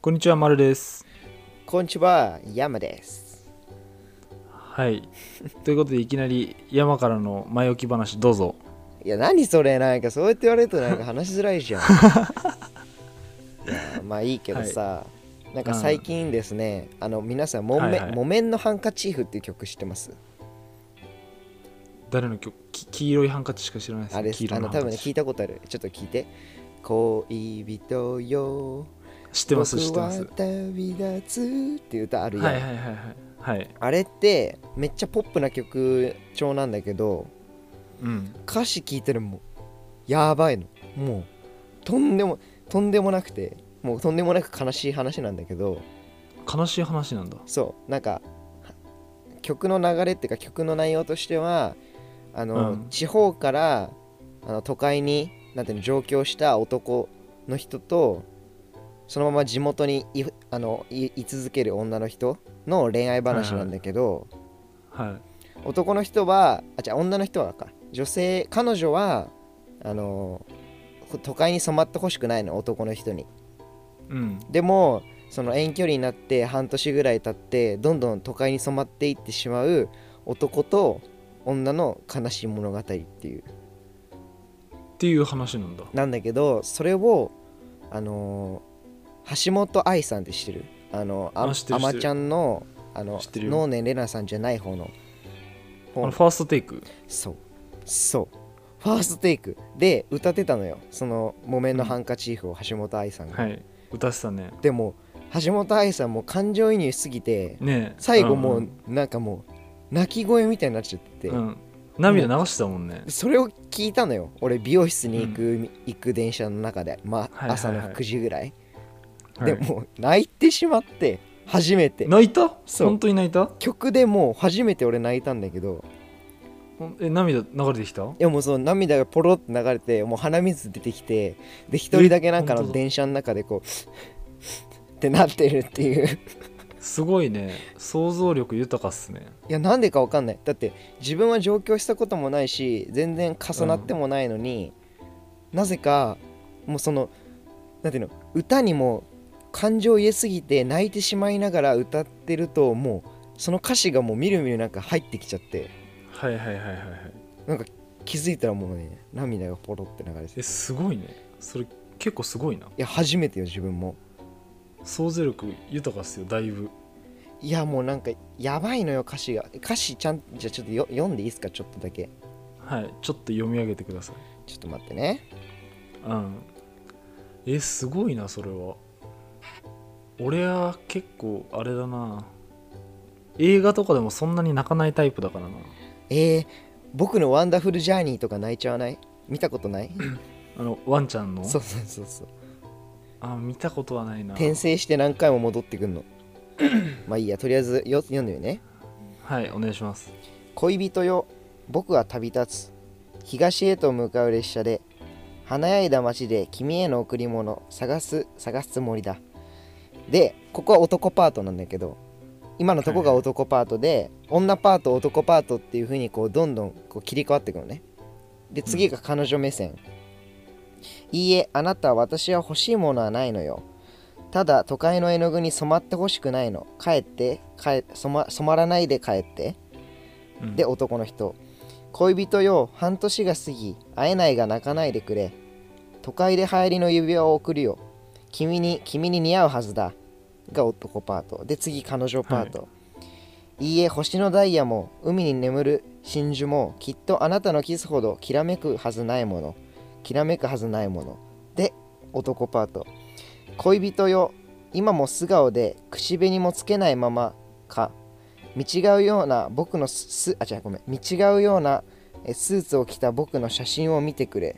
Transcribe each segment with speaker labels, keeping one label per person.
Speaker 1: こんにちは、まるです。
Speaker 2: こんにちは、山です。
Speaker 1: はい。 ということで、いきなり山からの前置き話、どうぞ。
Speaker 2: いや、何それ、なんかそうやって言われるとなんか話しづらいじ ゃん。いやまあいいけどさ、なんか最近ですね、あの皆さん木
Speaker 1: はい
Speaker 2: 綿、
Speaker 1: はい
Speaker 2: 木綿のハンカチーフっていう曲知ってます
Speaker 1: 誰の曲き黄色いハンカチしか知らないです。
Speaker 2: あれ
Speaker 1: 黄色
Speaker 2: あ
Speaker 1: の
Speaker 2: の
Speaker 1: ハン
Speaker 2: 多
Speaker 1: カ
Speaker 2: 分ね
Speaker 1: チ。
Speaker 2: 聞いたことある。ちょっと聞いて。恋人よ、
Speaker 1: 知ってます、知って
Speaker 2: 僕
Speaker 1: ま
Speaker 2: は
Speaker 1: す。
Speaker 2: 旅立つっていう歌あるやん、
Speaker 1: はいはいはいはい。はい。
Speaker 2: あれってめっちゃポップな曲調なんだけど、
Speaker 1: うん。
Speaker 2: 歌詞聞いてるもうやばいのもうとんでもとんでもなくてもうとんでもなく悲しい話なんだけど
Speaker 1: 悲しい話なんだ。
Speaker 2: そうなんかは曲の流れっていうか曲の内容としてはあの、
Speaker 1: うん
Speaker 2: 地方からあの都会になんていうの上京した男の人とそのまま地元にいあのい居続ける女の人の恋愛話なんだけど、
Speaker 1: はい。
Speaker 2: 男の人はあじゃ女の人はか女性彼女はあのこ都会に染まってほしくないの男の人に
Speaker 1: うん。
Speaker 2: でもその遠距離になって半年ぐらい経ってどんどん都会に染まっていってしまう男と女の悲しい物語っていう
Speaker 1: っていう話なんだ。
Speaker 2: なんだけどそれをあの橋本愛さんって知ってるあのあ
Speaker 1: あ知ってる知っ
Speaker 2: ま
Speaker 1: てる
Speaker 2: ちゃんのあの
Speaker 1: 知ってるよ
Speaker 2: 能年玲奈さんじゃない方の
Speaker 1: あ
Speaker 2: 方
Speaker 1: の
Speaker 2: の
Speaker 1: ファーストテイク。
Speaker 2: そうそうファーストテイクで歌ってたのよその「木綿のハンカチーフ」を橋本愛さんが、
Speaker 1: はい。歌ってたね。
Speaker 2: でも橋本愛さんも感情移入しすぎて
Speaker 1: ねえ
Speaker 2: 最後も
Speaker 1: う
Speaker 2: うんなんかもう泣き声みたいになっちゃってて、
Speaker 1: うん。うん涙流してたもんね。
Speaker 2: それを聞いたのよ俺美容室に行く,、行く電車の中で、ま
Speaker 1: はいはいはい
Speaker 2: あ、朝の9時ぐらい、
Speaker 1: はい
Speaker 2: でもう泣いてしまって初めて
Speaker 1: 泣いた
Speaker 2: そう
Speaker 1: 本当に泣いた
Speaker 2: 曲でもう初めて俺泣いたんだけど
Speaker 1: ほんえ、涙流れてきた
Speaker 2: いやもうその涙がポロって流れてもう鼻水出てきてで一人だけなんか
Speaker 1: 本当
Speaker 2: の
Speaker 1: だ
Speaker 2: 電車の中でこうってなってるっていう
Speaker 1: すごいね。想像力豊かっすね。
Speaker 2: いやなんでかわかんないだって自分は上京したこともないし全然重なってもないのに、なぜかもうそのなんていうの歌にも感情を入れすぎて泣いてしまいながら歌ってるともうその歌詞がもうみるみるなんか入ってきちゃって
Speaker 1: はいはいはいはいはい。
Speaker 2: 気づいたらもうね涙がポロって流れてて
Speaker 1: えすごいねそれ結構すごいない
Speaker 2: や初めてよ自分も。
Speaker 1: 想像力豊かっすよだいぶ
Speaker 2: いやもうなんかやばいのよ歌詞が歌詞ちゃんじゃあちょっとよ読んでいいですかちょっとだけ
Speaker 1: はいちょっと読み上げてください
Speaker 2: ちょっと待ってね
Speaker 1: うんえすごいなそれは俺は結構あれだな映画とかでもそんなに泣かないタイプだからな
Speaker 2: えー、僕の「ワンダフルジャーニー」とか泣いちゃわない見たことない
Speaker 1: あのワンちゃんの
Speaker 2: そうそうそうそう
Speaker 1: あ見たことはないな
Speaker 2: 転生して何回も戻ってくんの まあいいやとりあえずよ読んでみるね
Speaker 1: はいお願いします
Speaker 2: 恋人よ僕は旅立つ東へと向かう列車で華やいだ街で君への贈り物探す探すつもりだでここは男パートなんだけど今のとこが男パートで、女パート男パートっていう風にこうどんどんこう切り替わっていくのねで次が彼女目線、いいえあなた私は欲しいものはないのよただ都会の絵の具に染まってほしくないの帰って帰染ま染まらないで帰って
Speaker 1: うん
Speaker 2: で男の人恋人よ半年が過ぎ会えないが泣かないでくれ都会で流行りの指輪を贈るよ君に君に似合うはずだが男パートで次彼女パート、い、いえ星のダイヤも海に眠る真珠もきっとあなたのキスほどきらめくはずないものきらめくはずないもので男パート恋人よ今も素顔で口紅もつけないままか見違うような僕のスあ違うごめん見違うようなえスーツを着た僕の写真を見てくれ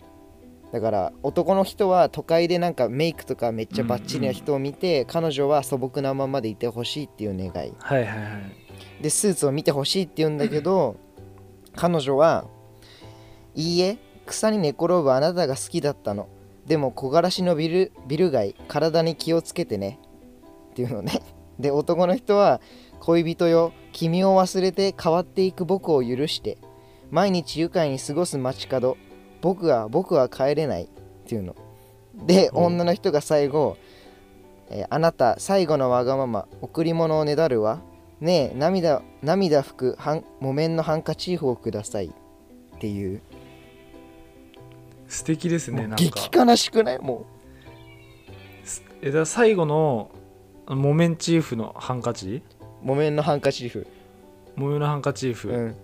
Speaker 2: だから男の人は都会でなんかメイクとかめっちゃバッチリな人を見て、彼女は素朴なままでいてほしいっていう願い
Speaker 1: はいはいはい
Speaker 2: でスーツを見てほしいって言うんだけど彼女は「いいえ草に寝転ぶあなたが好きだったのでも木枯らしのビルビル街体に気をつけてね」っていうのね で男の人は「恋人よ君を忘れて変わっていく僕を許して毎日愉快に過ごす街角僕は僕は帰れない」っていうので
Speaker 1: うん
Speaker 2: 女の人が最後「えーあなた最後のわがまま贈り物をねだるわねえ涙涙拭くはん木綿のハンカチーフをくださいっていう
Speaker 1: 素敵ですねな
Speaker 2: もうん激
Speaker 1: か
Speaker 2: 悲しくないも
Speaker 1: すえだから最後の木綿チーフのハンカチ
Speaker 2: う木綿のハンカチーフ、
Speaker 1: 木綿のハンカチーフ、
Speaker 2: うん、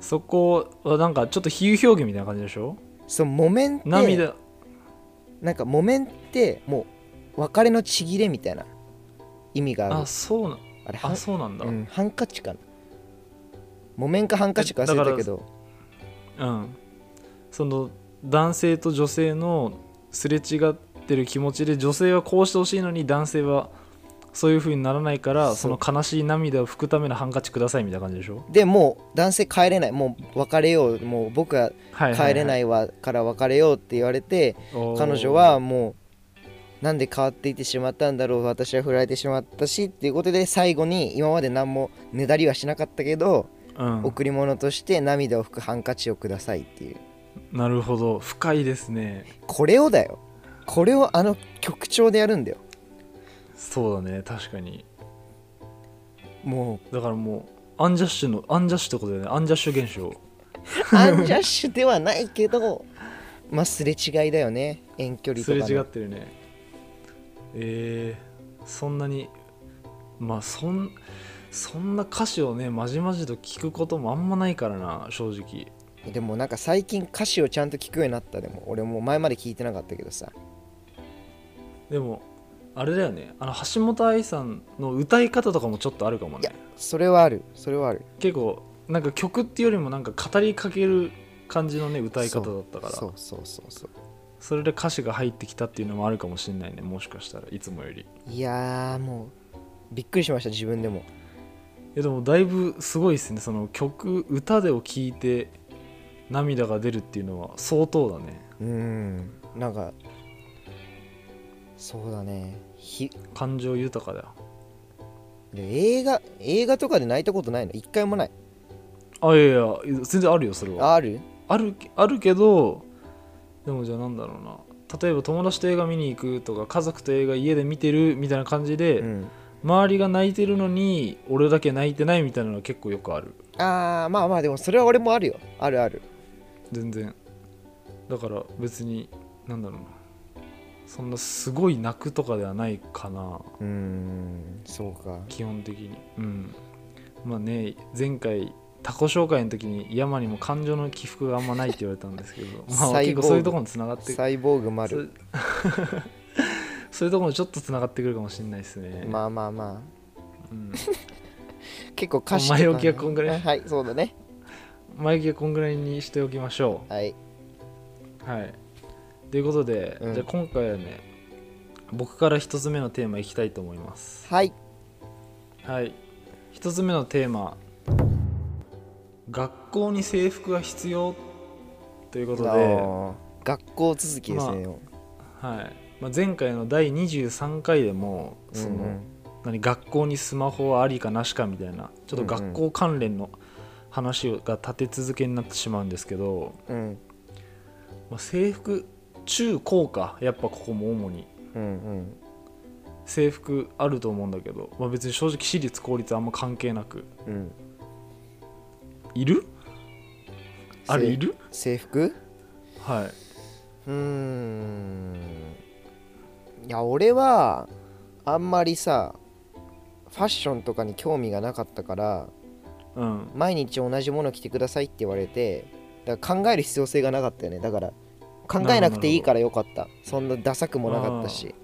Speaker 1: そこはなんかちょっと比喩表現みたいな感じでしょ
Speaker 2: そう木綿って
Speaker 1: 涙、
Speaker 2: なんか木綿ってもう別れのちぎれみたいな意味がある
Speaker 1: あそうな
Speaker 2: あれは
Speaker 1: あそうなんだう、
Speaker 2: うんん、ハンカチかな木綿かハンカチか忘れたけど
Speaker 1: その男性と女性のすれ違ってる気持ちで女性はこうしてほしいのに男性はそういう風にならないからそ
Speaker 2: そ
Speaker 1: うの悲しい涙を拭くためのハンカチくださいみたいな感じでしょ
Speaker 2: でもう男性帰れないもう別れようもう僕は
Speaker 1: はい
Speaker 2: 帰れないいわから別れようって言われて
Speaker 1: おー
Speaker 2: 彼女はもうなんで変わっていってしまったんだろう私は振られてしまったしっていうことで最後に今まで何もねだりはしなかったけど、
Speaker 1: うん、
Speaker 2: 贈り物として涙を拭くハンカチをくださいっていう
Speaker 1: なるほど深いですね
Speaker 2: これをだよこれをあの曲調でやるんだよ
Speaker 1: そうだね確かに
Speaker 2: も
Speaker 1: だからもうアンジャッシュのアンジャッシュってことだよねアンジャッシュ現象
Speaker 2: うアンジャッシュではないけど まあすれ違いだよね遠距離と
Speaker 1: す
Speaker 2: か
Speaker 1: れ
Speaker 2: の
Speaker 1: 違ってるねえー、そんなにまあそんそんな歌詞をねまじまじと聞くこともあんまないからな正直
Speaker 2: でもなんか最近歌詞をちゃんと聞くようになったでも俺もう前まで聞いてなかったけどさ
Speaker 1: でもあれだよねあの橋本愛さんの歌い方とかもちょっとあるかも
Speaker 2: いや
Speaker 1: ね
Speaker 2: それはあるそれはある
Speaker 1: 結構なんか曲っていうよりもなんか語りかける感じのね歌い方だったから
Speaker 2: そ
Speaker 1: そう
Speaker 2: そうそうそう
Speaker 1: れで歌詞が入ってきたっていうのもあるかもしれないねもしかしたらいつもより
Speaker 2: いやーもうびっくりしました自分でも
Speaker 1: えでもだいぶすごいですねその曲歌でを聴いて涙が出るっていうのは相当だね
Speaker 2: うーんなんかそうだねひ
Speaker 1: 感情豊かだよ
Speaker 2: で映画映画とかで泣いたことないの一回もない
Speaker 1: あいやいや全然あるよそれは
Speaker 2: ある
Speaker 1: あるあるけどでもじゃあなんだろうな例えば友達と映画見に行くとか家族と映画家で見てるみたいな感じで、
Speaker 2: うん
Speaker 1: 周りが泣いてるのに俺だけ泣いてないみたいなのは結構よくある
Speaker 2: あーまあまあでもそれは俺もあるよあるある
Speaker 1: 全然だから別になんだろうなそんなすごい泣くとかではないかな
Speaker 2: うーんそうか
Speaker 1: 基本的にうんまあね前回他己紹介の時に山にも感情の起伏があんまないって言われたんですけ どまあ
Speaker 2: サイ
Speaker 1: 結
Speaker 2: ボーグ
Speaker 1: 構そういうところにつながって
Speaker 2: サイボーグ丸
Speaker 1: そう そういうところにちょっとつながってくるかもしれないですね、
Speaker 2: まあまあま
Speaker 1: うん
Speaker 2: あ結構歌詞とか
Speaker 1: 前置きはこんぐらい
Speaker 2: はいそうだね
Speaker 1: 前置きはこんぐらいにしておきましょ
Speaker 2: はい、
Speaker 1: うはいということで、
Speaker 2: うん
Speaker 1: じゃあ今回はね僕から一つ目のテーマいきたいと思います
Speaker 2: はい、
Speaker 1: はい一つ目のテーマ学校に制服が必要ということで
Speaker 2: あー学校続きですね、
Speaker 1: はいまあ、前回の第23回でもその、
Speaker 2: うんうん
Speaker 1: 何学校にスマホはありかなしかみたいなちょっと学校関連の話が立て続けになってしまうんですけど、
Speaker 2: うん
Speaker 1: まあ、制服中高かやっぱここも主に
Speaker 2: うん
Speaker 1: 制服あると思うんだけど、まあ、別に正直私立公立あんま関係なく
Speaker 2: うんうん
Speaker 1: いるあれ
Speaker 2: せ
Speaker 1: いる
Speaker 2: 制服
Speaker 1: はいう
Speaker 2: ーんいや俺はあんまりさファッションとかに興味がなかったから
Speaker 1: うん
Speaker 2: 毎日同じもの着てくださいって言われてだから考える必要性がなかったよねだから考えなくていいからよかったそんなダサくもなかったし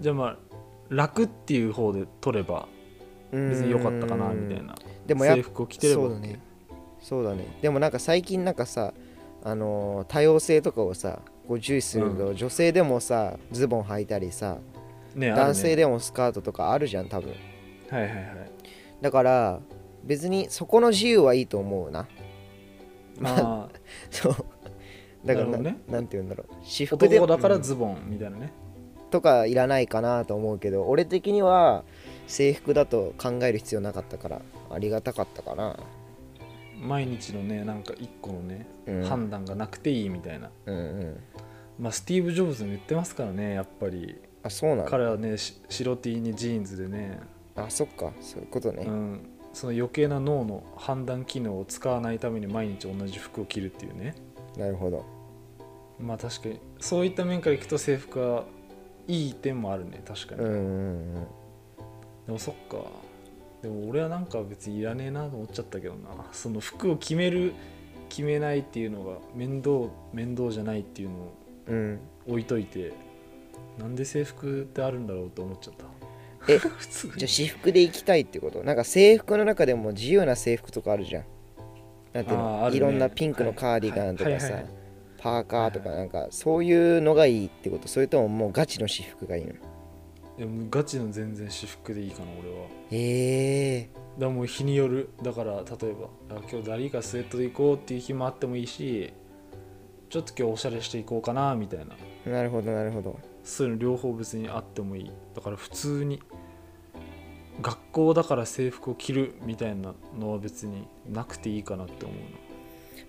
Speaker 1: じゃあまあ楽っていう方で取れば別に良かったかなみたい
Speaker 2: な
Speaker 1: な
Speaker 2: でもやっ
Speaker 1: 制服を着てれば
Speaker 2: そうだねそうだねでもなんか最近なんかさあのー多様性とかをさこう重視するけど、女性でもさズボン履いたりさ
Speaker 1: ね
Speaker 2: 男性
Speaker 1: で
Speaker 2: でもスカートとかあるじゃん多分
Speaker 1: はいはい はい
Speaker 2: だから別にそこの自由はいいと思うな
Speaker 1: まあ
Speaker 2: そうだか
Speaker 1: なる
Speaker 2: らな,、
Speaker 1: ほどね
Speaker 2: なんて言うんだろう私服で
Speaker 1: 男だから
Speaker 2: うん
Speaker 1: ズボンみたいなね、
Speaker 2: とかいらないかなと思うけど俺的には制服だと考える必要なかったからありがたかったかな、
Speaker 1: 毎日のねなんか一個のね、
Speaker 2: うん、
Speaker 1: 判断がなくていいみたいな
Speaker 2: うんうん
Speaker 1: まあスティーブ・ジョブズも言ってますからねやっぱり
Speaker 2: あそうなんだ
Speaker 1: 彼はねし白 T にジーンズでね、
Speaker 2: あそっかそういうことね、
Speaker 1: うん、その余計な脳の判断機能を使わないために毎日同じ服を着るっていうね
Speaker 2: なるほど
Speaker 1: まあ確かにそういった面からいくと制服はいい点もあるね確かに、
Speaker 2: うんうんうん
Speaker 1: でもそっかでも俺はなんか別にいらねえなと思っちゃったけどなその服を決める決めないっていうのが面倒面倒じゃないっていうのを
Speaker 2: うん
Speaker 1: 置いといてなんで制服ってあるんだろうと思っちゃった
Speaker 2: え
Speaker 1: 普通に
Speaker 2: じゃあ私服で行きたいってことなんか制服の中でも自由な制服とかあるじゃんなんていう
Speaker 1: あー
Speaker 2: の、
Speaker 1: あるね
Speaker 2: いろんなピンクのカーディガンとかさ、
Speaker 1: はいはいはいはい
Speaker 2: パーカーとか
Speaker 1: はい
Speaker 2: なんかそういうのがいいってことそれとももうガチの私服がいいの
Speaker 1: いやもうガチの全然私服でいいかな俺は
Speaker 2: へえ
Speaker 1: だからもう日によるだから例えばあ今日ダリーかスウェットで行こうっていう日もあってもいいしちょっと今日おしゃれしていこうかなみたいな
Speaker 2: なるほどなるほど
Speaker 1: そういうの両方別にあってもいいだから普通に学校だから制服を着るみたいなのは別になくていいかなって思う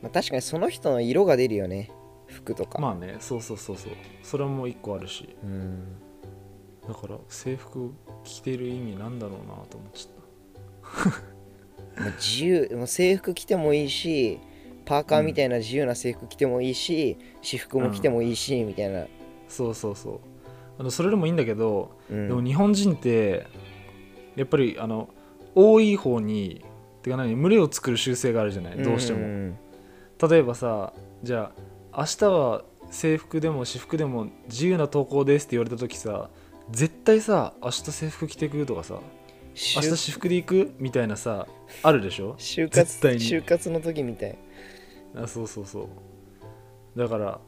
Speaker 2: まあ、確かにその人の色が出るよね服とか、
Speaker 1: のまあねそうそうそうそうそれはもう一個あるし
Speaker 2: うん
Speaker 1: だから制服着てる意味なんだろうなと思っちゃっ
Speaker 2: もう自由もう制服着てもいいしパーカーみたいな自由な制服着てもいいし、私服も着てもいいし、みたいな、
Speaker 1: たそうそうそうあのそれでもいいんだけど
Speaker 2: うん、
Speaker 1: でも日本人ってやっぱりあの多い方にてか何群れを作る習性があるじゃないどうしても、
Speaker 2: ん
Speaker 1: 例えばさじゃあ明日は制服でも私服でも自由な投稿ですって言われた時さ絶対さ明日制服着てくとかさ
Speaker 2: 就
Speaker 1: 明日私服で行くみたいなさあるでしょ
Speaker 2: 就
Speaker 1: 絶
Speaker 2: 活
Speaker 1: 対に
Speaker 2: 就活の時みたい
Speaker 1: あそうそうそうだから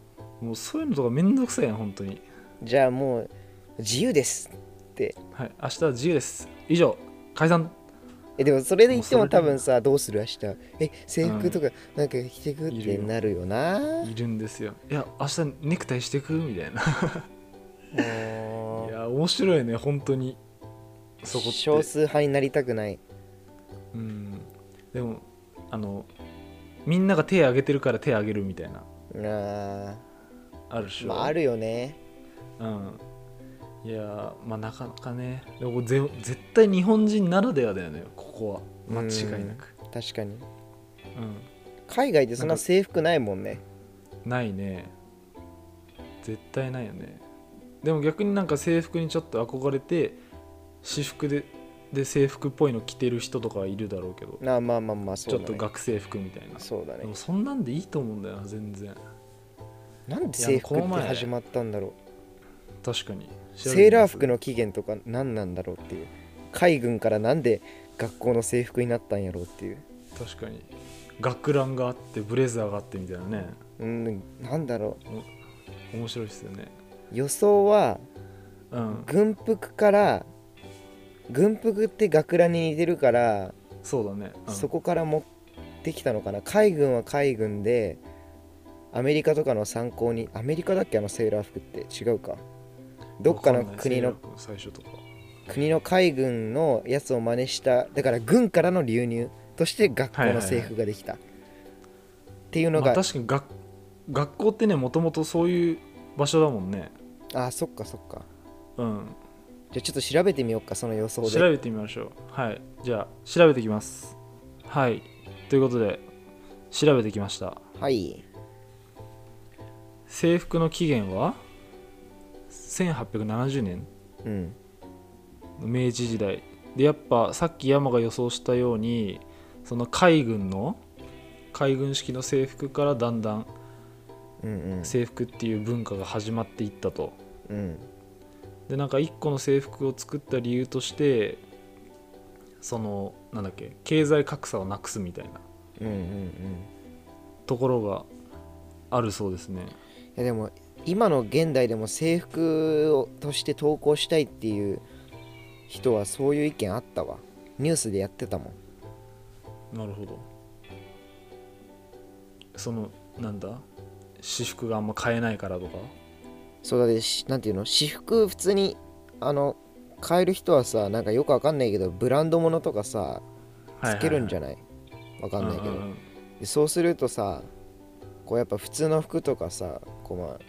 Speaker 1: もうそういうのとかめんどくさいやん本当に
Speaker 2: じゃあもう自由ですって
Speaker 1: はい明日は自由です以上解散
Speaker 2: えでもそれで言って
Speaker 1: も
Speaker 2: も
Speaker 1: うそれ
Speaker 2: 多
Speaker 1: で
Speaker 2: 分さどうする明日え制服とかなんか着てくっ
Speaker 1: いる
Speaker 2: て
Speaker 1: よ
Speaker 2: なるよない
Speaker 1: るんですよいや明日ネクタイしてくみたいな
Speaker 2: も
Speaker 1: いうや面白いね本当にそこって
Speaker 2: 少数派になりたくない
Speaker 1: うんでもあのみんなが手挙げてるから手挙げるみたいな
Speaker 2: あー
Speaker 1: あるでしょ、
Speaker 2: まああるよね
Speaker 1: うんいやーまあなかなかねでもぜ絶対日本人ならではだよねここは間違いなく
Speaker 2: 確かに
Speaker 1: うん、
Speaker 2: 海外でそんな制服ないもんね
Speaker 1: ないね絶対ないよねでも逆になんか制服にちょっと憧れて私服でで制服っぽいの着てる人とかはいるだろうけど
Speaker 2: なあまあまあまあそ
Speaker 1: ち
Speaker 2: う
Speaker 1: ょ
Speaker 2: だ
Speaker 1: っ
Speaker 2: ね
Speaker 1: と学生服みたいな
Speaker 2: そうだ
Speaker 1: で
Speaker 2: ね
Speaker 1: もそんなんでいいと思うんだよな全然
Speaker 2: なんで制服
Speaker 1: い
Speaker 2: っ
Speaker 1: やこ
Speaker 2: て
Speaker 1: の前
Speaker 2: 始まったんだろう
Speaker 1: 確かに
Speaker 2: セーラー服
Speaker 1: の
Speaker 2: の起源とか何なんだろうっていう海軍からなんで学校の制服になったんやろうっていう
Speaker 1: 確かに学ランがあってブレザーがあってみたいなね
Speaker 2: うんなんだろ
Speaker 1: 面白いっすよね
Speaker 2: う予想は
Speaker 1: うん
Speaker 2: 軍服から軍服って学ランに似てるから、
Speaker 1: そうだね、うん
Speaker 2: そこから持ってきたのかな海軍は海軍でアメリカとかの参考にアメリカだっけあのセーラー服って違うかどっかの
Speaker 1: わんない
Speaker 2: 国
Speaker 1: セーラ
Speaker 2: の
Speaker 1: ー服最初とか
Speaker 2: 国の海軍のやつを真似しただから軍からの流入として学校の制服ができた、っていうの
Speaker 1: ま
Speaker 2: が、
Speaker 1: あ、確かに学学校ってねもともとそういう場所だもんね
Speaker 2: あそっかそっか
Speaker 1: うん
Speaker 2: じゃあちょっと調べてみようかその予想
Speaker 1: 調
Speaker 2: で
Speaker 1: べてみましょうはいじゃあ調べてきますはいということで調べてきました
Speaker 2: はい
Speaker 1: 制服の起源は1870年
Speaker 2: うん
Speaker 1: 明治時代でやっぱさっき山が予想したようにその海軍の海軍式の制服からだんだん
Speaker 2: うんうん
Speaker 1: 制服っていう文化が始まっていったと
Speaker 2: うん
Speaker 1: でなんか1個の制服を作った理由としてそのなんだっけ経済格差をなくすみたいな
Speaker 2: うんうんうん
Speaker 1: ところがあるそうですね
Speaker 2: いやでも今の現代でも制服をとして投稿したいっていう人はそういう意見あったわニュースでやってたもん
Speaker 1: なるほどそのなんだ私服があんま買えないからとか
Speaker 2: そうだでしなんていうの私服普通にあの買える人はさなんかよくわかんないけどブランドものとかさつけるんじゃ
Speaker 1: ない
Speaker 2: ないわかんないけ
Speaker 1: うんうんう
Speaker 2: ど
Speaker 1: ん
Speaker 2: でそうするとさこうやっぱ普通の服とかさこうまあ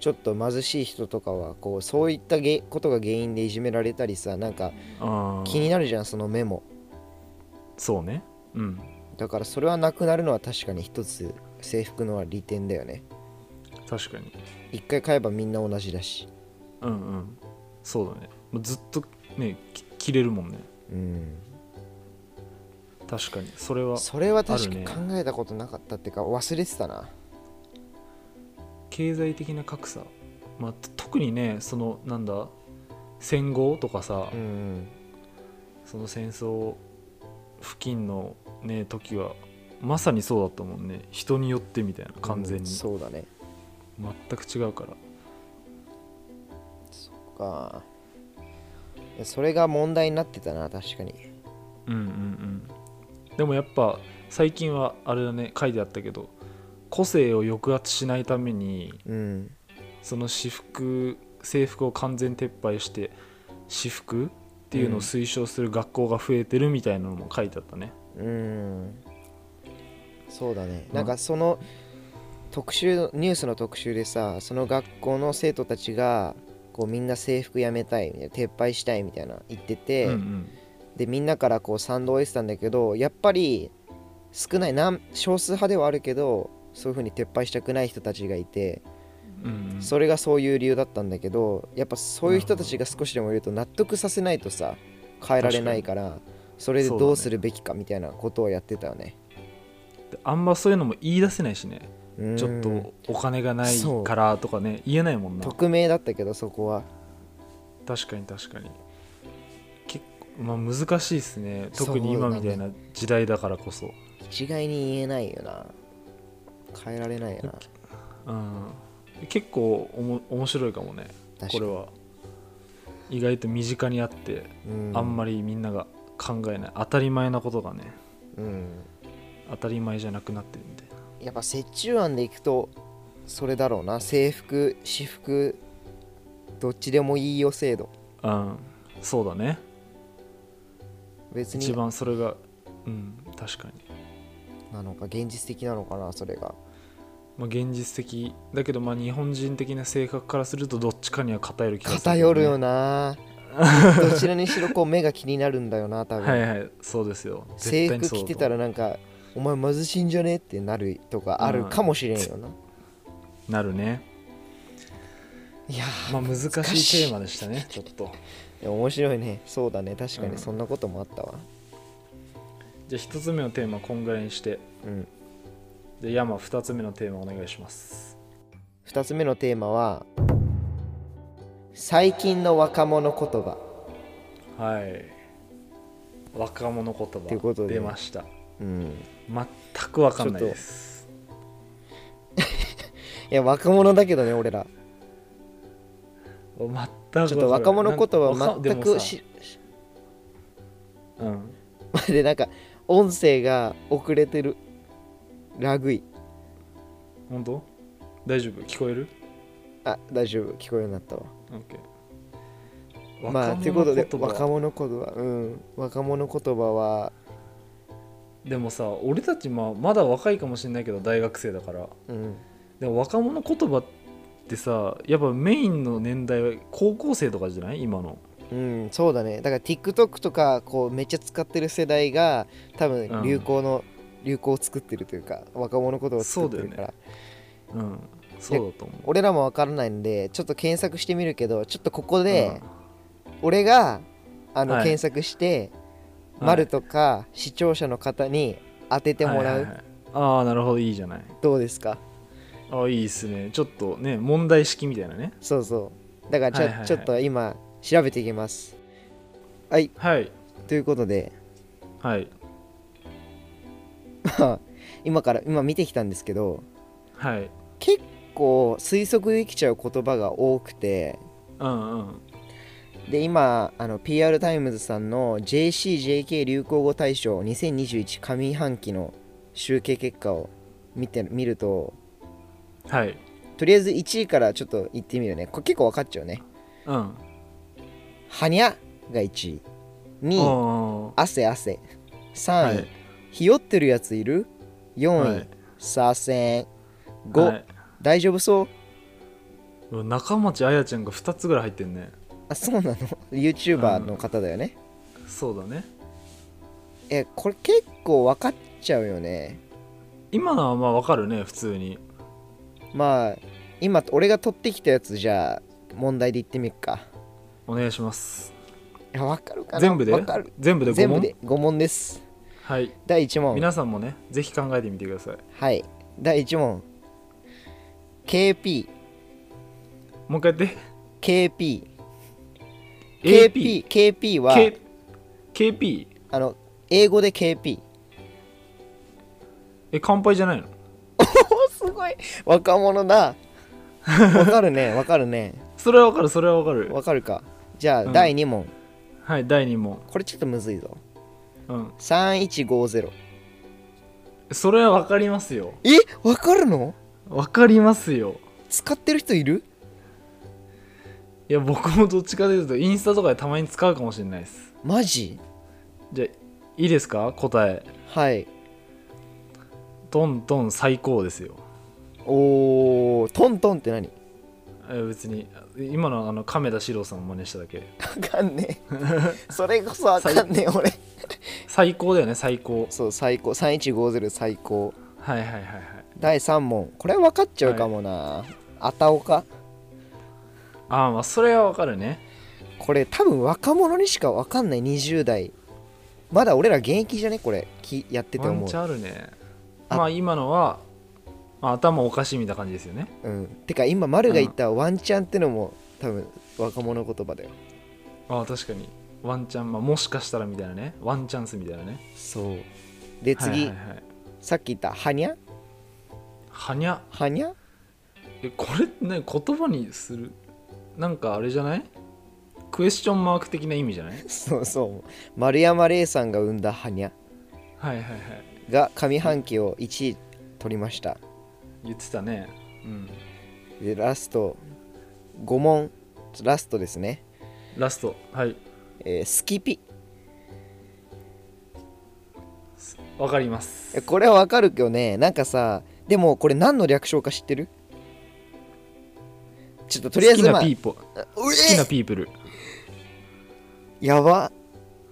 Speaker 2: ちょっと貧しい人とかはこうそういったげことが原因でいじめられたりさなんか
Speaker 1: あ
Speaker 2: 気
Speaker 1: ー
Speaker 2: になるじゃんそのメモ
Speaker 1: そうねうん
Speaker 2: だからそれはなくなるのは確かに一つ制服のは利点だよね
Speaker 1: 確かに
Speaker 2: 一回買えばみんな同じだし
Speaker 1: うんうんそうだねもうずっとねき着れるもんね
Speaker 2: うん
Speaker 1: 確かにそれは
Speaker 2: それは確
Speaker 1: あ
Speaker 2: か
Speaker 1: る
Speaker 2: 考えたことなかったってか忘れてたな
Speaker 1: 経済的な格差、まあ、特にねそのなんだ戦後とかさ、
Speaker 2: うん
Speaker 1: その戦争付近のね時はまさにそうだったもんね人によってみたいな完全
Speaker 2: うん
Speaker 1: に、
Speaker 2: そうだね
Speaker 1: 全く違うから
Speaker 2: かそれが問題になってたな確かに
Speaker 1: うんうんうんでもやっぱ最近はあれだね書いてあったけど個性を抑圧しないために
Speaker 2: うん
Speaker 1: その私服制服を完全撤廃して私服っていうのを推奨する学校が増えてるみたいなのも書いてあったね
Speaker 2: うんそうだね
Speaker 1: うん
Speaker 2: なんかその特集のニュースの特集でさその学校の生徒たちがこうみんな制服やめたいみたいな撤廃したいみたいな言ってて、
Speaker 1: うんうん
Speaker 2: でみんなからこう賛同を得てたんだけどやっぱり少ないなん少数派ではあるけどそういう風に撤廃したくない人たちがいて、
Speaker 1: うんうん
Speaker 2: それがそういう理由だったんだけどやっぱそういう人たちが少しでもいると納得させないとさ変えられないからそれでどうするべきかみたいなことをやってたよね。
Speaker 1: あんまそういうのも言い出せないしね
Speaker 2: うん
Speaker 1: ちょっとお金がない
Speaker 2: そう
Speaker 1: からとかね言えないもんな
Speaker 2: 匿名だったけどそこは
Speaker 1: 確かに確かに結構、まあ、難しいですね
Speaker 2: そう
Speaker 1: 特に今みたいな時代だからこそう,、
Speaker 2: 一概に言えないよな変えられないよな
Speaker 1: ん結構おも面白いかもね
Speaker 2: 確か
Speaker 1: これは意外と身近にあって、
Speaker 2: うん
Speaker 1: あんまりみんなが考えない当たり前なことがね
Speaker 2: うん
Speaker 1: 当たり前じゃなくなってるみたいな
Speaker 2: やっぱ折衷案でいくとそれだろうな制服私服どっちでもいいよ制度
Speaker 1: うんそうだね
Speaker 2: 別
Speaker 1: 一
Speaker 2: に
Speaker 1: 番それがうん確かに
Speaker 2: なのか現実的なのかなそれが
Speaker 1: まあ、現実的だけどまあ日本人的な性格からするとどっちかには偏る気がするけどね、
Speaker 2: 偏る よなどちらにしろこう目が気になるんだよな多分、
Speaker 1: はいはいそうですよ絶
Speaker 2: 制
Speaker 1: 対に
Speaker 2: 服
Speaker 1: そうだ
Speaker 2: 着て
Speaker 1: と
Speaker 2: たらなんかお前貧しいんじゃねってなるとかあるかもしれんよな、
Speaker 1: なるね
Speaker 2: いやー
Speaker 1: まあ難しいテ
Speaker 2: 難しい
Speaker 1: ーマでしたねちょっと
Speaker 2: いや面白いねそうだね確か
Speaker 1: うん
Speaker 2: にそんなこともあったわ
Speaker 1: じゃあ1つ目のテーマはこんぐらいにして
Speaker 2: うん
Speaker 1: で山2つ目のテーマお願いします
Speaker 2: 2つ目のテーマは最近の若者言葉
Speaker 1: はい若者言葉
Speaker 2: ということで
Speaker 1: 出ました
Speaker 2: うん
Speaker 1: 全く分かんないです
Speaker 2: いや若者だけどね俺ら
Speaker 1: 全くわからない
Speaker 2: ちょっと若者言
Speaker 1: なん
Speaker 2: 葉
Speaker 1: か
Speaker 2: 全
Speaker 1: でも
Speaker 2: く
Speaker 1: さ
Speaker 2: し
Speaker 1: うん
Speaker 2: でなんか音声が遅れてるラグい
Speaker 1: 本当大丈夫聞こえる
Speaker 2: あ大丈夫聞こえるようになったわ
Speaker 1: OK
Speaker 2: まあ
Speaker 1: 若者
Speaker 2: ということで
Speaker 1: 言葉
Speaker 2: 若者言葉うん若者言葉は
Speaker 1: でもさ俺たちまあまだ若いかもしれないけど大学生だから
Speaker 2: うん
Speaker 1: でも若者言葉ってさやっぱメインの年代は高校生とかじゃない今の
Speaker 2: うん、そうだねだから TikTok とかこうめっちゃ使ってる世代が多
Speaker 1: うん
Speaker 2: 分流行の、流行を作ってるというか若者言葉を作ってる
Speaker 1: そう
Speaker 2: か
Speaker 1: だ
Speaker 2: ら、
Speaker 1: ようんそうだと思う
Speaker 2: 俺らも分からないんでちょっと検索してみるけどちょっとここで
Speaker 1: うん
Speaker 2: 俺があの
Speaker 1: はい
Speaker 2: 検索して、
Speaker 1: はい
Speaker 2: 丸とか視聴者の方に当ててもらう、
Speaker 1: はいはいはいああなるほどいいじゃない
Speaker 2: どうですか
Speaker 1: ああいいっすねちょっとね問題式みたいなね
Speaker 2: そうそうだから
Speaker 1: は
Speaker 2: ちょ,、
Speaker 1: いはいはい
Speaker 2: ちょっと今調べていきますはい
Speaker 1: はい
Speaker 2: ということで
Speaker 1: はい
Speaker 2: 今から今見てきたんですけど
Speaker 1: はい
Speaker 2: 結構推測できちゃう言葉が多くて
Speaker 1: うんうん
Speaker 2: で今あの PR タイムズさんの JCJK 流行語大賞2021上半期の集計結果を見て見ると
Speaker 1: はい
Speaker 2: とりあえず1位からちょっと言ってみるねこれ結構分かっちゃうね
Speaker 1: うん
Speaker 2: 「はにゃ」が1位2位
Speaker 1: お
Speaker 2: 「汗汗」3
Speaker 1: ー
Speaker 2: 位、
Speaker 1: はい
Speaker 2: ひよってるやついる」4位、
Speaker 1: はい
Speaker 2: させん5、
Speaker 1: はい
Speaker 2: 大丈夫そう
Speaker 1: うわ中町あやちゃんが2つぐらい入ってんね
Speaker 2: あそうなの YouTuber の方だよね、
Speaker 1: そうだね
Speaker 2: えこれ結構分かっちゃうよね
Speaker 1: 今のはまあわかるね普通に
Speaker 2: まあ今俺が取ってきたやつじゃあ問題で言ってみっか
Speaker 1: お願いします
Speaker 2: いや分かるかな
Speaker 1: 全部で
Speaker 2: 分かる
Speaker 1: 全部で5
Speaker 2: 全部
Speaker 1: 問
Speaker 2: で5問です
Speaker 1: はい
Speaker 2: 第1問
Speaker 1: 皆さんもねぜひ考えてみてください
Speaker 2: はい第1問 KPKP
Speaker 1: もう一回やって
Speaker 2: KP,
Speaker 1: APKP
Speaker 2: KP, KP は
Speaker 1: KP
Speaker 2: あの英語で KP
Speaker 1: え乾杯じゃないの
Speaker 2: おすごい若者だわかるねわかるね
Speaker 1: それはわかるそれはわかる
Speaker 2: わかるかじゃあ、
Speaker 1: うん
Speaker 2: 第2問
Speaker 1: はい第2問
Speaker 2: これちょっとむずいぞ
Speaker 1: うん
Speaker 2: 3150
Speaker 1: それはわかりますよ
Speaker 2: えわかるの
Speaker 1: わかりますよ
Speaker 2: 使ってる人いる
Speaker 1: いや僕もどっちかというとインスタとかでたまに使うかもしれないです
Speaker 2: マジ
Speaker 1: じゃあいいですか答え
Speaker 2: はい
Speaker 1: トントン最高ですよ
Speaker 2: おートントンって何
Speaker 1: え別に今のあの亀田史郎さんを真似しただけ
Speaker 2: わか んねえそれこそわかんねえ俺
Speaker 1: 最高だよね最高
Speaker 2: そう最高3150最高
Speaker 1: はいはいはいはい
Speaker 2: 第3問これ分かっちゃうかもな、あたおか
Speaker 1: ああまあそれはわかるね
Speaker 2: これ多分若者にしか分かんない20代まだ俺ら現役じゃねこれきやってて
Speaker 1: ワ
Speaker 2: 思
Speaker 1: ン
Speaker 2: う
Speaker 1: チャンあるね
Speaker 2: あ
Speaker 1: まあ今のは、まあ、頭おかしいみたいな感じですよね
Speaker 2: うん、てか今丸が言ったワンチャンってのも多分若者言葉だよ
Speaker 1: ああ確かにワンチャン、まあ、もしかしたらみたいなねワンチャンスみたいなね
Speaker 2: そうで次、
Speaker 1: はいはいはい、
Speaker 2: さっき言った「はにゃ
Speaker 1: はにゃ
Speaker 2: はにゃ
Speaker 1: えこれね言葉にするなんかあれじゃないクエスチョンマーク的な意味じゃない
Speaker 2: そうそう丸山礼さんが生んだ「はにゃ
Speaker 1: はいはいはい」
Speaker 2: が上半期を1位取りました
Speaker 1: 言ってたねうん
Speaker 2: でラスト5問ラストですね、
Speaker 1: ラストはい
Speaker 2: えースキピ
Speaker 1: わかります
Speaker 2: これはわかるけどねなんかさでもこれ何の略称か知ってるちょっととりあえず
Speaker 1: 好き
Speaker 2: ま
Speaker 1: な
Speaker 2: あ
Speaker 1: ピーポ好
Speaker 2: うえ
Speaker 1: きなピープル
Speaker 2: やば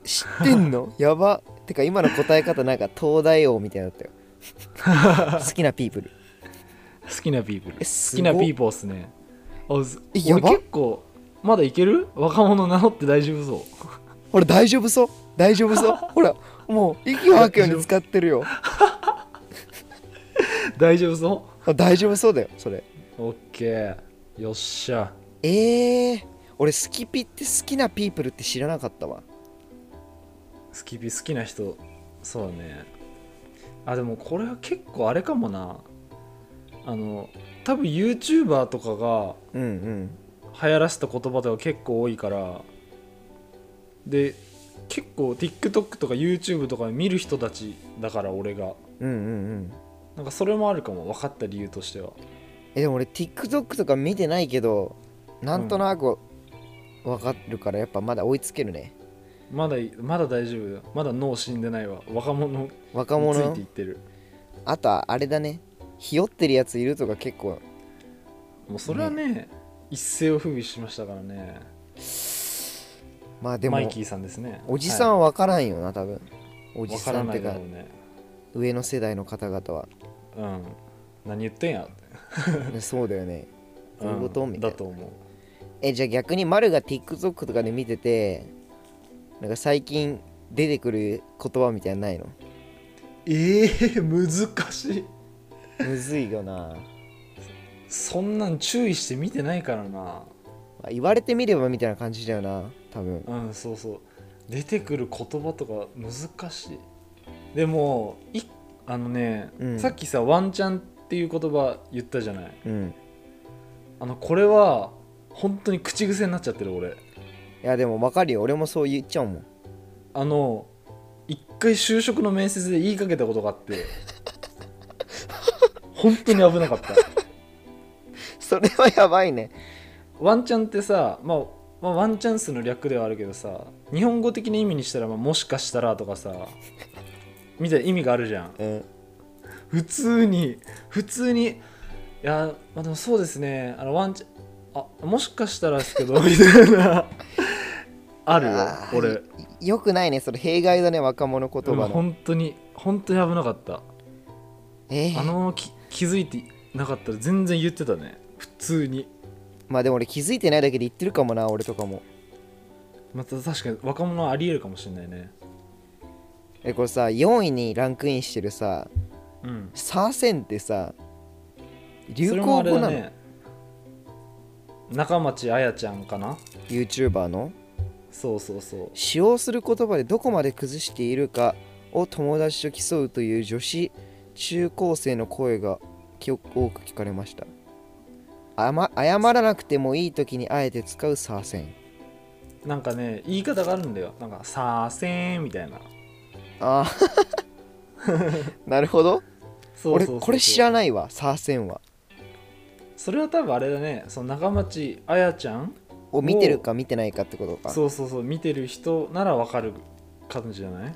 Speaker 2: 知ってん のやばてか今の答え方なんか東大王みたいだっ たよ好きなピープル
Speaker 1: 好きなピープル好
Speaker 2: えす
Speaker 1: き
Speaker 2: ご
Speaker 1: なピーポーっすねあす
Speaker 2: え
Speaker 1: 俺
Speaker 2: やば
Speaker 1: 結構まだいける若者名乗って大丈夫 そう
Speaker 2: ほら大丈夫そう大丈 夫そうほらもう息を吐くように使ってるよ
Speaker 1: 大丈夫そ
Speaker 2: あ大丈夫そうだよそれ
Speaker 1: うオッケーよっしゃ
Speaker 2: えー、俺スキピって好きなピープルって知らなかったわ
Speaker 1: スキピ好きな人そうだねあでもこれは結構あれかもなあの多分 YouTuber とかが
Speaker 2: うんうん
Speaker 1: 流行らせた言葉とか結構多いからで結構 TikTok とか YouTube とかで見る人たちだから俺が
Speaker 2: うんうんうん
Speaker 1: なんかそれもあるかも分かった理由としては
Speaker 2: えでも俺 TikTok とか見てないけどなんとなくわかるからやっぱまだ追いつけるね
Speaker 1: まだまだ大丈夫だまだ脳死んでないわ若者につ
Speaker 2: 若
Speaker 1: い
Speaker 2: 者
Speaker 1: ていってる
Speaker 2: あとはあれだねひよってるやついるとか結構
Speaker 1: もうそれはね一世を風靡しましたからね
Speaker 2: まあでも
Speaker 1: マイキーさんですね
Speaker 2: おじさんは分からんよな多分お
Speaker 1: はい
Speaker 2: じ
Speaker 1: わか
Speaker 2: さ
Speaker 1: ら
Speaker 2: んっ
Speaker 1: な
Speaker 2: て
Speaker 1: いだ
Speaker 2: か
Speaker 1: ろうね
Speaker 2: 上の世代の方々 は
Speaker 1: うん何言ってんやって
Speaker 2: そうだよねどういうこと
Speaker 1: ん
Speaker 2: みた
Speaker 1: だ
Speaker 2: いな
Speaker 1: と思う
Speaker 2: えじゃあ逆に丸が TikTok とかで見ててなんか最近出てくる言葉みたいなの ないの
Speaker 1: ええ難しい
Speaker 2: むずいよな、
Speaker 1: そんなん注意して見てないからな
Speaker 2: まあ言われてみればみたいな感じだよな多分
Speaker 1: うんそうそう出てくる言葉とか難しいでもいあのね、
Speaker 2: うん
Speaker 1: さっきさワンチャンっていう言葉言ったじゃない
Speaker 2: うん
Speaker 1: あのこれは本当に口癖になっちゃってる俺
Speaker 2: いやでも分かるよ俺もそう言っちゃうもん
Speaker 1: あの一回就職の面接で言いかけたことがあって 本当に危なかった
Speaker 2: それはやばいね
Speaker 1: ワンチャンってさ、まあ、まあワンチャンスの略ではあるけどさ日本語的な意味にしたら、まあ、もしかしたらとかさみたいな意味があるじゃん
Speaker 2: うん
Speaker 1: 普通に普通にいや、まあ、でもそうですねあのワンチャンあもしかしたらです けどみたいなあるよ
Speaker 2: あー
Speaker 1: 俺
Speaker 2: よくないねそれ弊害だね若者言葉
Speaker 1: うん
Speaker 2: の、
Speaker 1: 本当に本当に危なかった
Speaker 2: えー
Speaker 1: あのままき気づいてなかったら全然言ってたね普通に
Speaker 2: まあでも俺気づいてないだけで言ってるかもな俺とかも
Speaker 1: また確かに若者はありえるかもしれないね
Speaker 2: えこれさ4位にランクインしてるさ
Speaker 1: うん
Speaker 2: サーセンってさ流
Speaker 1: それ
Speaker 2: 行
Speaker 1: も
Speaker 2: 語
Speaker 1: あれだ
Speaker 2: なの、
Speaker 1: ね中町あやちゃんかな
Speaker 2: YouTuber の
Speaker 1: そうそうそう
Speaker 2: 使用する言葉でどこまで崩しているかを友達と競うという女子中高生の声がきょ多く聞かれましたあ、ま、謝らなくてもいい時にあえて使うサーセン
Speaker 1: なんかね言い方があるんだよなんか「さーせーん」みたいな
Speaker 2: あー なるほど
Speaker 1: そうそうそう
Speaker 2: 俺これ知らないわサーセンは
Speaker 1: それは多分あれだねその中町あやちゃん
Speaker 2: を見てるか見てないかってことか
Speaker 1: そうそうそう見てる人ならわかる感じじゃない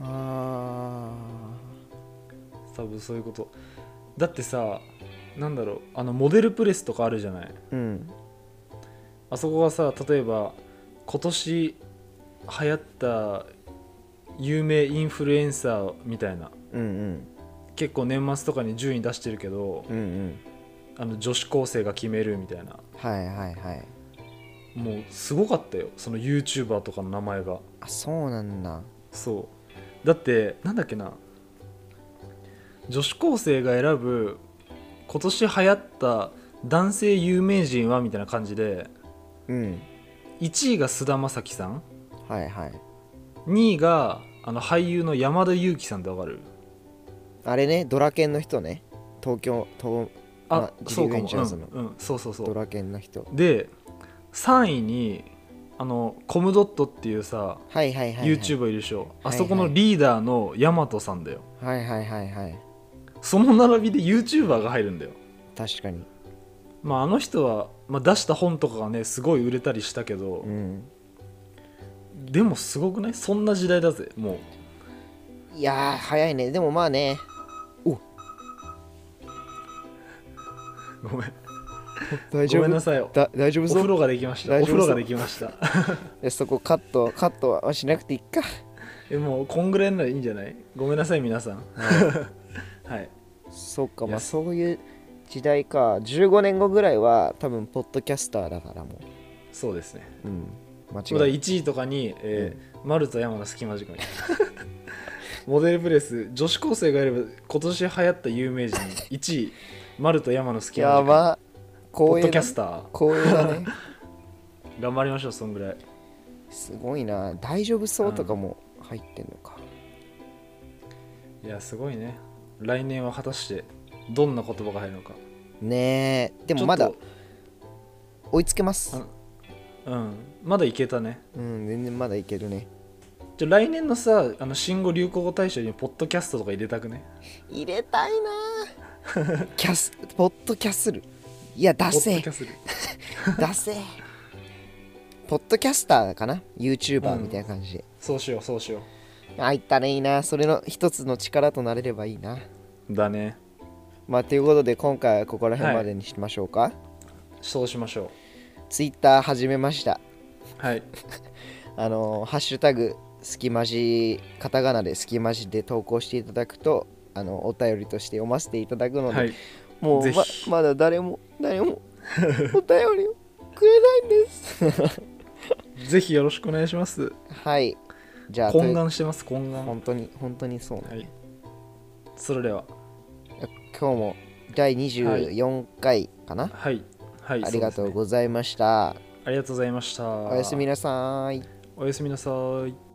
Speaker 2: あ
Speaker 1: 多分そういうことだってさなんだろうあのモデルプレスとかあるじゃない
Speaker 2: ーうん
Speaker 1: あそこがさ例えば今年流行った有名インフルエンサーみたいな
Speaker 2: うんうん
Speaker 1: 結構年末とかに順位出してるけど
Speaker 2: うんうん
Speaker 1: あの女子高生が決めるみたいな
Speaker 2: はいはいはい
Speaker 1: もうすごかったよその YouTuber とかの名前が
Speaker 2: あそうなんだ
Speaker 1: そうだってなんだっけな女子高生が選ぶ今年流行った男性有名人はみたいな感じで
Speaker 2: うん
Speaker 1: 1位が菅田将暉さん
Speaker 2: はいはい
Speaker 1: 2位があの俳優の山田裕貴さんってわかる
Speaker 2: あれねドラケンの人ね東京東
Speaker 1: あ、
Speaker 2: まあ
Speaker 1: そうか
Speaker 2: ジリベン
Speaker 1: も、
Speaker 2: チャーズの
Speaker 1: うんうん、そうそうそ
Speaker 2: ド
Speaker 1: う
Speaker 2: ラケンの人
Speaker 1: で3位にあのコムドットっていうさ
Speaker 2: はいはいはい、はい、
Speaker 1: YouTuber いるでしょ、
Speaker 2: はいはい
Speaker 1: あそこのリーダーのヤマトさんだよ
Speaker 2: はいはいはいはい
Speaker 1: その並びで YouTuber が入るんだよ
Speaker 2: 確かに
Speaker 1: まああの人は、まあ、出した本とかがねすごい売れたりしたけど、
Speaker 2: うん
Speaker 1: でもすごくないそんな時代だぜも
Speaker 2: いやー早いねでもまあね
Speaker 1: うごめん
Speaker 2: 大
Speaker 1: ごめんなさいお
Speaker 2: だ大丈夫
Speaker 1: 風
Speaker 2: そう
Speaker 1: 呂ができましたお
Speaker 2: 大丈夫
Speaker 1: 風呂
Speaker 2: そ
Speaker 1: が
Speaker 2: う
Speaker 1: できました
Speaker 2: でそこカットカットはしなくていいか
Speaker 1: えもうこんぐらいならいいんじゃないごめんなさい皆さん はい
Speaker 2: そうか
Speaker 1: い
Speaker 2: ま
Speaker 1: や
Speaker 2: あそういう時代か15年後ぐらいは多分ポッドキャスターだからも
Speaker 1: そうですね
Speaker 2: ううん間
Speaker 1: まだ
Speaker 2: 違いない
Speaker 1: 1位とかに、えーマルと 山の隙間時間みたいなモデルプレス女子高生がいれば今年流行った有名人1位マルと山の隙間
Speaker 2: や
Speaker 1: 時間
Speaker 2: ば
Speaker 1: ポ
Speaker 2: 光
Speaker 1: ッ
Speaker 2: 栄
Speaker 1: ドキ
Speaker 2: だ
Speaker 1: ャスター
Speaker 2: 光栄だね
Speaker 1: 頑張りましょうそんぐらい
Speaker 2: すごいな大丈夫そうとかも入ってんのか
Speaker 1: いやすごいね来年は果たしてどんな言葉が入るのか
Speaker 2: ねえ
Speaker 1: ち
Speaker 2: で
Speaker 1: ょ
Speaker 2: も
Speaker 1: っ
Speaker 2: まだ
Speaker 1: と
Speaker 2: 追いつけます
Speaker 1: あうんまだいけたね
Speaker 2: うん全然まだいけるね
Speaker 1: じゃあ来年のさあの新語・流行語大賞にポッドキャストとか入れたくね
Speaker 2: 入れたい なーキャスポッドキャスルいや
Speaker 1: ポ
Speaker 2: 出
Speaker 1: ッド
Speaker 2: せ
Speaker 1: キャスト
Speaker 2: 出せポッドキャスターかな YouTuber みたいな感じで、
Speaker 1: そうしようそうしよ
Speaker 2: あいったらいいなそれの一つの力となれればいいな
Speaker 1: うだね
Speaker 2: まあということで今回はここら辺までにしましょうか、
Speaker 1: そうしましょ
Speaker 2: Twitter 始めました
Speaker 1: うはい
Speaker 2: あのハッシュタグすきまじカタカナでスキマジで投稿していただくとあのお便りとして読ませていただくので、
Speaker 1: はい
Speaker 2: も
Speaker 1: ぜ
Speaker 2: うま
Speaker 1: ひ
Speaker 2: まだ誰も誰もお便りをくれないんです
Speaker 1: ぜひよろしくお願いします
Speaker 2: はいじゃ
Speaker 1: 懇
Speaker 2: あという
Speaker 1: 願してます懇願
Speaker 2: 本当に本当にそうね
Speaker 1: はいそれでは
Speaker 2: 今日も第24回かな、
Speaker 1: はいはい
Speaker 2: ありがと
Speaker 1: そうですね
Speaker 2: ございました、
Speaker 1: ありがとうございました
Speaker 2: おやすみなさーい
Speaker 1: おやすみなさい